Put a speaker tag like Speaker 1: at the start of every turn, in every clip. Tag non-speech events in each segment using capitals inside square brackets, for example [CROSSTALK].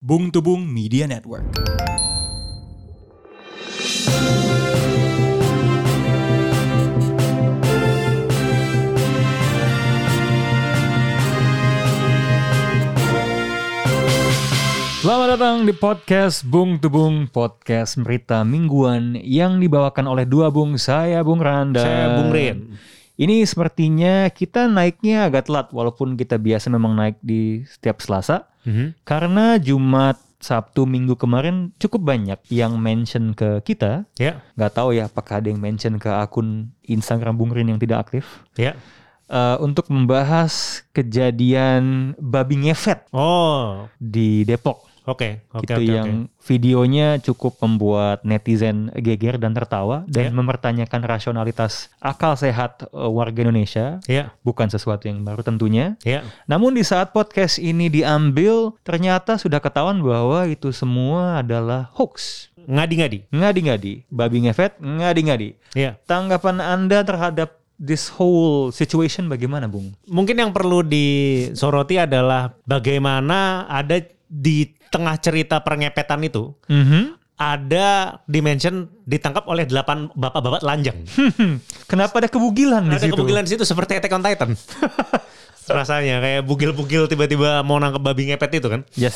Speaker 1: Bung Tubung Media Network.
Speaker 2: Selamat datang di podcast Bung Tubung, podcast berita mingguan yang dibawakan oleh dua bung, saya Bung Randa.
Speaker 3: Saya Bung Rin.
Speaker 2: Ini sepertinya kita naiknya agak telat walaupun kita biasa memang naik di setiap Selasa.
Speaker 3: Mm-hmm.
Speaker 2: Karena Jumat, Sabtu, Minggu kemarin cukup banyak yang mention ke kita.
Speaker 3: Ya,
Speaker 2: Gak tahu ya apakah ada yang mention ke akun Instagram Bung Rin yang tidak aktif.
Speaker 3: ya.
Speaker 2: Eh, untuk membahas kejadian babi ngefet
Speaker 3: Oh,
Speaker 2: di Depok.
Speaker 3: oke, oke,
Speaker 2: gitu
Speaker 3: oke.
Speaker 2: yang videonya cukup membuat netizen geger dan tertawa dan
Speaker 3: Ya.
Speaker 2: mempertanyakan rasionalitas akal sehat eh, warga Indonesia
Speaker 3: oke. Ya,
Speaker 2: bukan sesuatu yang baru tentunya.
Speaker 3: ya.
Speaker 2: Namun di saat podcast ini diambil ternyata sudah ketahuan bahwa itu semua adalah hoax.
Speaker 3: Ngadi-ngadi.
Speaker 2: Ngadi-ngadi, babi ngefet, ngadi-ngadi.
Speaker 3: Ya.
Speaker 2: Tanggapan Anda terhadap this whole situation bagaimana, Bung?
Speaker 3: Mungkin yang perlu disoroti adalah bagaimana ada di tengah cerita perngepetan itu Mm-hmm. ada dimension ditangkap oleh delapan bapak-bapak telanjang.
Speaker 2: Kenapa ada kebugilan Hmm. di
Speaker 3: ada
Speaker 2: situ?
Speaker 3: kebugilan di situ seperti Attack on
Speaker 2: [LAUGHS]
Speaker 3: Titan. Rasanya kayak bugil-bugil tiba-tiba mau nangkep babi ngepet itu kan.
Speaker 2: Yes.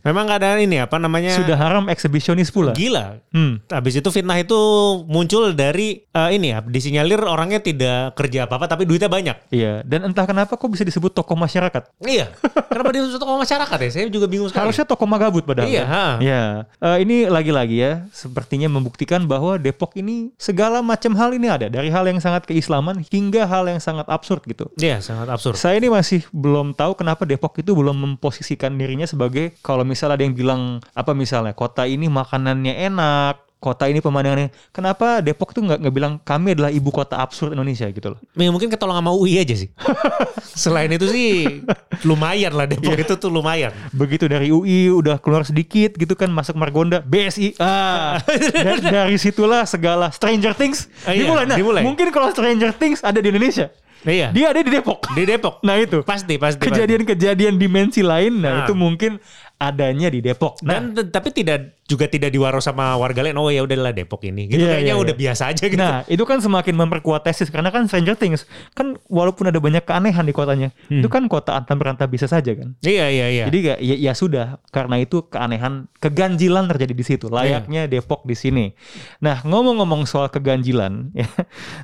Speaker 3: Memang keadaan ini apa namanya?
Speaker 2: Sudah haram eksebisionis pula.
Speaker 3: gila.
Speaker 2: Hmm.
Speaker 3: Habis itu fitnah itu muncul dari eh, ini ya, disinyalir orangnya tidak kerja apa-apa tapi duitnya banyak.
Speaker 2: Iya, dan entah kenapa kok bisa disebut tokoh masyarakat. [LAUGHS]
Speaker 3: Iya. Kenapa dia untuk masyarakat ya? Saya juga bingung sekali.
Speaker 2: Harusnya tokoh magabut padahal.
Speaker 3: Iya,
Speaker 2: kan?
Speaker 3: ha.
Speaker 2: Iya. Eh, ini lagi-lagi ya, sepertinya membuktikan bahwa Depok ini segala macam hal ini ada, dari hal yang sangat keislaman hingga hal yang sangat absurd gitu.
Speaker 3: Iya, sangat absurd.
Speaker 2: Saya ini masih belum tahu kenapa Depok itu belum memposisikan dirinya sebagai kalau misalnya ada yang bilang apa misalnya kota ini makanannya enak, kota ini pemandangannya. Kenapa Depok tuh nggak nggak bilang kami adalah ibu kota absurd Indonesia gitu loh.
Speaker 3: Ya, mungkin ketolong sama UI aja
Speaker 2: [LAUGHS]
Speaker 3: sih. Selain itu sih lumayan lah Depok
Speaker 2: Iya.
Speaker 3: itu tuh lumayan.
Speaker 2: begitu dari UI udah keluar sedikit gitu kan masuk Margonda BSI [LAUGHS] ah Da- dari situlah segala Stranger Things
Speaker 3: Ah, iya,
Speaker 2: dimulai. Nah,
Speaker 3: dimulai.
Speaker 2: mungkin kalau Stranger Things ada di Indonesia
Speaker 3: Iya.
Speaker 2: dia ada di
Speaker 3: [LAUGHS]
Speaker 2: Depok
Speaker 3: Di Depok.
Speaker 2: nah itu
Speaker 3: Pasti, pasti. pasti.
Speaker 2: kejadian-kejadian dimensi lain nah,
Speaker 3: Nah.
Speaker 2: itu mungkin adanya di Depok nah
Speaker 3: Dan t- tapi tidak juga tidak diwaro sama warga lain. Oh ya udahlah Depok ini. Gitu
Speaker 2: Iya,
Speaker 3: kayaknya
Speaker 2: iya,
Speaker 3: udah
Speaker 2: iya.
Speaker 3: biasa aja gitu.
Speaker 2: Nah, itu kan semakin memperkuat tesis karena kan Stranger Things kan walaupun ada banyak keanehan di kotanya,
Speaker 3: Hmm.
Speaker 2: itu kan kota antam berantah bisa saja kan.
Speaker 3: Iya, iya, iya.
Speaker 2: Jadi gak, ya, ya sudah karena itu keanehan keganjilan terjadi di
Speaker 3: Ya.
Speaker 2: situ layaknya Depok di sini. Nah ngomong-ngomong soal keganjilan, [LAUGHS] ya,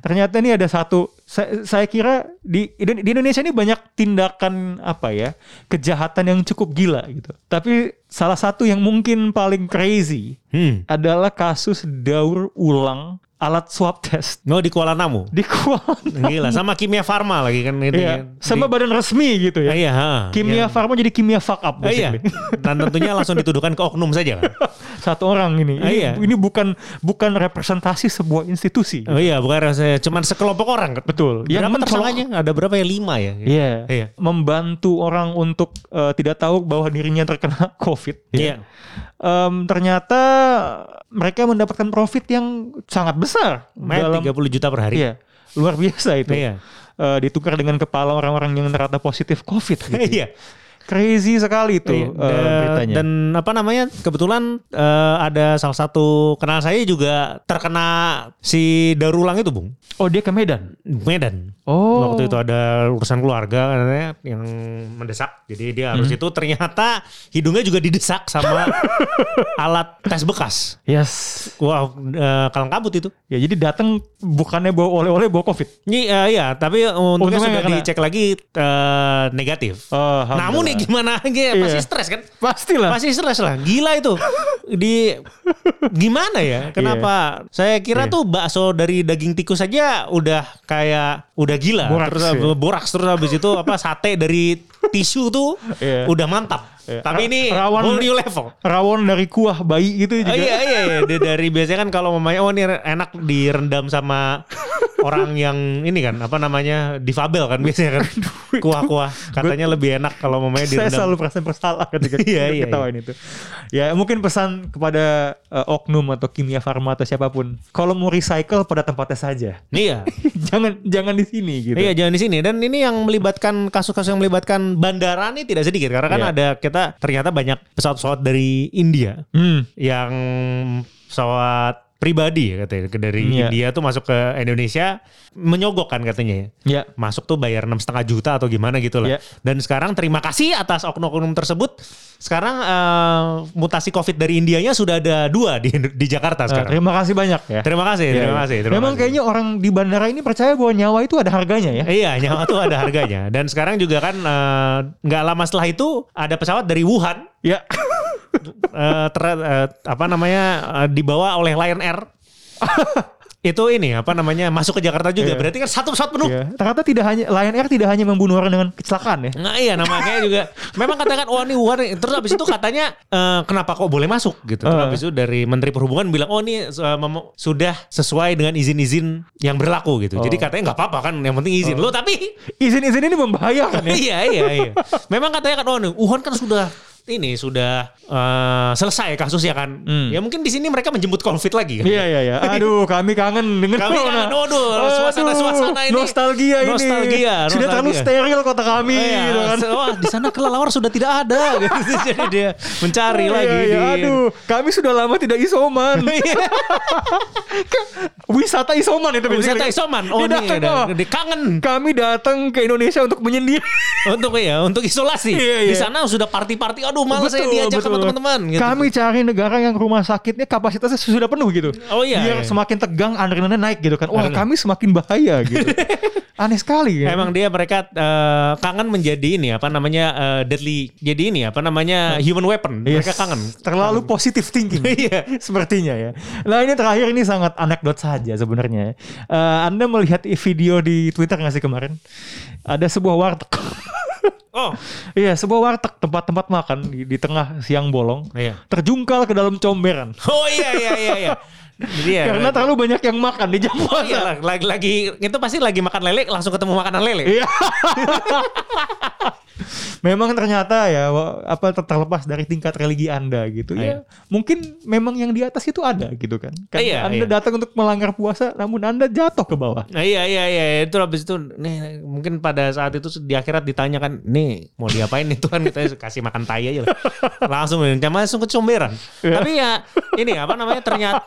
Speaker 2: ternyata ini ada satu saya, saya kira di, di Indonesia ini banyak tindakan apa ya kejahatan yang cukup gila gitu. Tapi salah satu yang mungkin paling crazy
Speaker 3: Hmm.
Speaker 2: adalah kasus daur ulang alat swab test
Speaker 3: No di Kuala Namu.
Speaker 2: di Kuala.
Speaker 3: Gila, sama Kimia Farma lagi kan ini.
Speaker 2: Iya,
Speaker 3: kan.
Speaker 2: sama badan resmi gitu ya.
Speaker 3: Ah, iya, ha.
Speaker 2: Kimia Farma jadi kimia fuck up
Speaker 3: Ah, iya.
Speaker 2: basically.
Speaker 3: [LAUGHS] Dan tentunya langsung dituduhkan ke oknum saja kan.
Speaker 2: satu orang ini. Ini,
Speaker 3: Ah, iya.
Speaker 2: ini bukan bukan representasi sebuah institusi.
Speaker 3: Oh iya, bukan rasanya cuman sekelompok orang kan.
Speaker 2: Betul. Yang
Speaker 3: Berapa
Speaker 2: mencolok-
Speaker 3: tersangkanya? Ada berapa ya? Lima ya.
Speaker 2: Iya.
Speaker 3: Iya.
Speaker 2: Membantu orang untuk eh, tidak tahu bahwa dirinya terkena [LAUGHS] COVID.
Speaker 3: Iya.
Speaker 2: Em, ternyata mereka mendapatkan profit yang sangat besar
Speaker 3: Main 30 juta per hari.
Speaker 2: Iya. Luar biasa itu.
Speaker 3: Iya.
Speaker 2: Eh, ditukar dengan kepala orang-orang yang ternyata positif COVID. gitu.
Speaker 3: [LAUGHS] [LAUGHS] Iya.
Speaker 2: Crazy sekali itu eh,
Speaker 3: Iya. Da-
Speaker 2: beritanya.
Speaker 3: dan apa namanya? Kebetulan eh, ada salah satu kenal saya juga terkena si daur ulang itu, Bung.
Speaker 2: oh dia ke Medan.
Speaker 3: Medan.
Speaker 2: Oh.
Speaker 3: Waktu itu ada urusan keluarga katanya yang mendesak. Jadi dia harus
Speaker 2: Hmm.
Speaker 3: itu ternyata hidungnya juga didesak
Speaker 2: [LAUGHS]
Speaker 3: sama alat tes bekas.
Speaker 2: Yes.
Speaker 3: Wah, eh, kalang kabut itu.
Speaker 2: Ya jadi datang bukannya bawa oleh-oleh bawa COVID.
Speaker 3: Ini eh, iya, tapi untungnya
Speaker 2: Untungnya
Speaker 3: sudah
Speaker 2: nggak kena.
Speaker 3: dicek lagi eh, negatif.
Speaker 2: Alhamdulillah.
Speaker 3: Namun ya gimana lagi ya, pasti
Speaker 2: Iya.
Speaker 3: stres kan?
Speaker 2: Pastilah.
Speaker 3: Pasti stres lah, gila itu. Di gimana ya? Kenapa? Saya kira
Speaker 2: Iya.
Speaker 3: tuh bakso dari daging tikus saja udah kayak udah gila.
Speaker 2: Boraks,
Speaker 3: terus
Speaker 2: ya.
Speaker 3: boraks terus habis itu apa sate dari tisu tuh
Speaker 2: Iya.
Speaker 3: udah mantap.
Speaker 2: Iya.
Speaker 3: Tapi ini
Speaker 2: Rawan-
Speaker 3: whole new
Speaker 2: [LAUGHS]
Speaker 3: level.
Speaker 2: rawon dari kuah bayi gitu
Speaker 3: Oh,
Speaker 2: juga.
Speaker 3: iya iya iya Dia dari biasanya kan kalau mamanya oh ini enak direndam sama orang yang ini kan apa namanya difabel kan biasanya kan
Speaker 2: [LAUGHS]
Speaker 3: kuah-kuah katanya lebih enak kalau mamanya
Speaker 2: Saya
Speaker 3: direndam.
Speaker 2: selalu perasaan bersalah
Speaker 3: [LAUGHS]
Speaker 2: ketika
Speaker 3: Iya,
Speaker 2: ketika
Speaker 3: iya,
Speaker 2: ketawain itu. Ya mungkin pesan kepada eh, oknum atau kimia farma atau siapapun, kalau mau recycle pada tempatnya saja, [LAUGHS]
Speaker 3: Iya.
Speaker 2: jangan jangan di sini gitu.
Speaker 3: Iya jangan di sini dan ini yang melibatkan kasus-kasus yang melibatkan bandara ini tidak sedikit karena kan
Speaker 2: Iya.
Speaker 3: ada kita ternyata banyak pesawat-pesawat dari India
Speaker 2: Hmm.
Speaker 3: yang pesawat pribadi ya katanya dari
Speaker 2: Iya.
Speaker 3: India tuh masuk ke Indonesia menyogok kan katanya ya.
Speaker 2: Ya.
Speaker 3: masuk tuh bayar enam setengah juta atau gimana gitu lah
Speaker 2: Iya.
Speaker 3: dan sekarang terima kasih atas oknum-oknum tersebut sekarang eh, mutasi covid dari Indianya sudah ada dua di di Jakarta
Speaker 2: Eh,
Speaker 3: sekarang
Speaker 2: terima kasih banyak ya.
Speaker 3: terima kasih
Speaker 2: Iya,
Speaker 3: terima
Speaker 2: iya.
Speaker 3: kasih terima
Speaker 2: Memang
Speaker 3: kasih.
Speaker 2: kayaknya orang di bandara ini percaya bahwa nyawa itu ada harganya ya.
Speaker 3: Iya, nyawa tuh ada harganya. Dan sekarang juga kan eh, nggak lama setelah itu ada pesawat dari Wuhan
Speaker 2: [LAUGHS] Ya.
Speaker 3: eh, ter- eh, apa namanya eh, dibawa oleh
Speaker 2: [LAUGHS]
Speaker 3: Lion Air. itu ini apa namanya masuk ke Jakarta juga.
Speaker 2: Iya.
Speaker 3: Berarti kan satu pesawat penuh.
Speaker 2: Iya. Ternyata tidak hanya Lion Air tidak hanya membunuh orang dengan kecelakaan ya.
Speaker 3: Nah iya namanya juga Memang katakan Wah ini Wuhan nih." Terus abis itu katanya eh, Kenapa kok boleh masuk gitu Terus
Speaker 2: Eh.
Speaker 3: abis itu dari Menteri Perhubungan bilang Oh ini eh, mem- sudah sesuai dengan izin-izin Yang berlaku gitu Jadi
Speaker 2: Oh.
Speaker 3: katanya nggak apa-apa kan Yang penting izin Loh tapi
Speaker 2: Izin-izin ini membahayakan ya.
Speaker 3: iya iya iya. Memang katanya kan oh nih, Wuhan kan sudah ini sudah eh, selesai kasusnya kan.
Speaker 2: Hmm.
Speaker 3: Ya mungkin di sini mereka menjemput covid lagi kan.
Speaker 2: Iya iya
Speaker 3: [LAUGHS]
Speaker 2: iya. Aduh, kami kangen dengan
Speaker 3: Kami kangen, waduh, suasana-suasana ini.
Speaker 2: Nostalgia ini.
Speaker 3: Nostalgia,
Speaker 2: Sudah terlalu
Speaker 3: nostalgia.
Speaker 2: steril kota kami
Speaker 3: Iya,
Speaker 2: gitu kan.
Speaker 3: se- wah, di sana kelelawar sudah tidak
Speaker 2: [LAUGHS]
Speaker 3: ada. gitu. Jadi dia mencari
Speaker 2: Iya,
Speaker 3: lagi.
Speaker 2: iya,
Speaker 3: di- Iya.
Speaker 2: aduh, kami sudah lama tidak
Speaker 3: [LAUGHS]
Speaker 2: isoman. Wisata isoman itu
Speaker 3: Wisata
Speaker 2: basically.
Speaker 3: isoman.
Speaker 2: Dia
Speaker 3: Oh ini
Speaker 2: datang,
Speaker 3: udah,
Speaker 2: oh,
Speaker 3: udah kangen
Speaker 2: Kami datang ke Indonesia untuk menyendiri.
Speaker 3: untuk ya untuk isolasi.
Speaker 2: Iya,
Speaker 3: Di
Speaker 2: iya.
Speaker 3: sana sudah party-party. Aduh [LAUGHS] malas saya
Speaker 2: Betul,
Speaker 3: diajak sama
Speaker 2: betul.
Speaker 3: teman-teman. gitu.
Speaker 2: Kami cari negara yang rumah sakitnya kapasitasnya sudah penuh gitu.
Speaker 3: Oh, iya,
Speaker 2: Biar
Speaker 3: iya.
Speaker 2: semakin tegang adrenalinnya naik gitu kan. Wah,
Speaker 3: Adrenalin.
Speaker 2: kami semakin bahaya
Speaker 3: [LAUGHS]
Speaker 2: gitu. Aneh sekali ya.
Speaker 3: Emang dia mereka eh, kangen menjadi ini apa namanya eh, deadly. Jadi ini apa namanya
Speaker 2: Iya.
Speaker 3: human weapon. Mereka
Speaker 2: Yes.
Speaker 3: kangen.
Speaker 2: Terlalu positive thinking.
Speaker 3: [LAUGHS] Iya.
Speaker 2: Sepertinya ya. Nah ini terakhir ini sangat anekdot saja sebenarnya. ya. Eh, anda melihat video di Twitter nggak sih kemarin? Ada sebuah warteg. [LAUGHS]
Speaker 3: Oh
Speaker 2: Iya, sebuah warteg tempat-tempat makan di, di tengah siang bolong.
Speaker 3: Iya.
Speaker 2: Terjungkal ke dalam comberan.
Speaker 3: Oh iya iya iya iya. Jadi ya,
Speaker 2: Karena terlalu banyak yang makan di jam
Speaker 3: Oh,
Speaker 2: puasa.
Speaker 3: iya, lagi, lagi, lagi itu pasti lagi makan lele langsung ketemu makanan lele.
Speaker 2: Iya. [LAUGHS] memang ternyata ya wa- apa ter- terlepas dari tingkat religi Anda gitu ya. Mungkin memang yang di atas itu ada gitu kan. Karena
Speaker 3: Iya,
Speaker 2: Anda
Speaker 3: iya.
Speaker 2: datang untuk melanggar puasa namun Anda jatuh ke bawah.
Speaker 3: Nah, iya iya iya itu habis itu nih mungkin pada saat itu di akhirat ditanyakan nih mau diapain nih Tuhan kita kasih makan tai aja lah. langsung cuma langsung ke comberan.
Speaker 2: Iya.
Speaker 3: Tapi ya ini apa namanya ternyata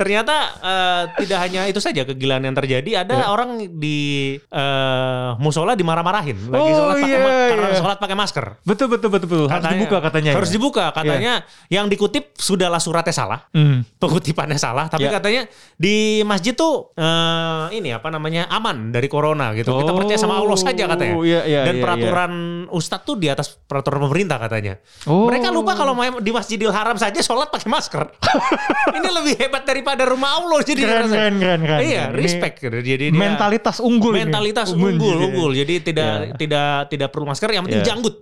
Speaker 3: ternyata eh, tidak hanya itu saja kegilaan yang terjadi ada
Speaker 2: Iya.
Speaker 3: orang di eh, musola dimarah-marahin lagi
Speaker 2: Oh,
Speaker 3: sholat pakai ma-
Speaker 2: iya,
Speaker 3: karena
Speaker 2: iya.
Speaker 3: sholat pakai masker.
Speaker 2: Betul betul betul betul. Harus dibuka katanya.
Speaker 3: Harus
Speaker 2: ya.
Speaker 3: dibuka katanya yang dikutip sudahlah suratnya salah [LAUGHS]
Speaker 2: Hmm.
Speaker 3: pengutipannya salah tapi
Speaker 2: Ya.
Speaker 3: katanya di masjid tuh eh, ini apa namanya aman dari corona gitu kita
Speaker 2: Oh,
Speaker 3: percaya sama Allah saja katanya
Speaker 2: iya, iya,
Speaker 3: dan
Speaker 2: iya,
Speaker 3: peraturan ustadz tuh di atas peraturan pemerintah katanya
Speaker 2: Oh.
Speaker 3: mereka lupa kalau main di masjidil haram saja sholat pakai masker [LAUGHS] ini lebih hebat daripada rumah Allah jadi
Speaker 2: Keren,
Speaker 3: rasanya.
Speaker 2: keren, keren, keren.
Speaker 3: iya
Speaker 2: Ini
Speaker 3: respect jadi dia-
Speaker 2: Mentalitas unggul ini.
Speaker 3: mentalitas unggul unggul,
Speaker 2: gitu ya.
Speaker 3: jadi tidak
Speaker 2: Iya.
Speaker 3: tidak tidak perlu masker yang penting
Speaker 2: Iya. [LAUGHS]
Speaker 3: janggut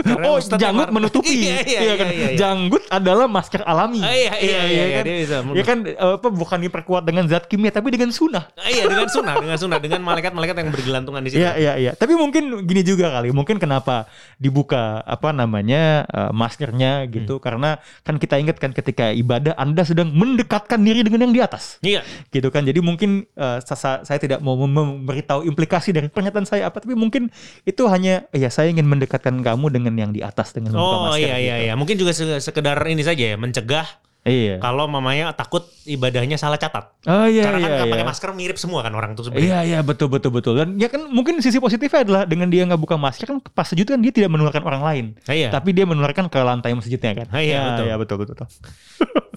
Speaker 3: Karena
Speaker 2: Oh,
Speaker 3: ustadz
Speaker 2: janggut
Speaker 3: yang-
Speaker 2: menutupi.
Speaker 3: [LAUGHS] iya, iya,
Speaker 2: kan?
Speaker 3: iya, iya.
Speaker 2: Janggut adalah masker alami.
Speaker 3: Ah, iya, iya, iya, iya,
Speaker 2: kan?
Speaker 3: dia bisa
Speaker 2: Iya kan apa bukan diperkuat dengan zat kimia tapi dengan sunnah.
Speaker 3: Ah, iya dengan sunnah, dengan sunnah, dengan malaikat-malaikat yang bergelantungan di situ.
Speaker 2: Iya iya iya. Tapi mungkin gini juga kali. Mungkin kenapa dibuka apa namanya eh, maskernya gitu?
Speaker 3: Hmm.
Speaker 2: Karena kan kita ingat kan ketika ibadah Anda sedang mendekatkan diri dengan yang di atas.
Speaker 3: Iya.
Speaker 2: Gitu kan. Jadi mungkin eh, sa- sa- saya tidak mau mem- memberitahu implikasi dari pernyataan saya apa, tapi mungkin itu hanya ya saya ingin mendekatkan kamu dengan yang di atas dengan membuka
Speaker 3: Oh
Speaker 2: masker.
Speaker 3: iya iya
Speaker 2: gitu.
Speaker 3: iya. Mungkin juga se- sekedar ini saja ya mencegah
Speaker 2: Iya.
Speaker 3: kalau mamanya takut ibadahnya salah catat.
Speaker 2: Oh iya
Speaker 3: Karena
Speaker 2: iya.
Speaker 3: kan
Speaker 2: iya.
Speaker 3: pakai masker mirip semua kan orang tuh sebenarnya.
Speaker 2: Iya iya betul betul betul dan ya kan mungkin sisi positifnya adalah dengan dia nggak buka masker kan pas sujud kan dia tidak menularkan orang lain
Speaker 3: Iya.
Speaker 2: tapi dia menularkan ke lantai masjidnya kan
Speaker 3: Ah, iya, betul.
Speaker 2: betul betul, betul.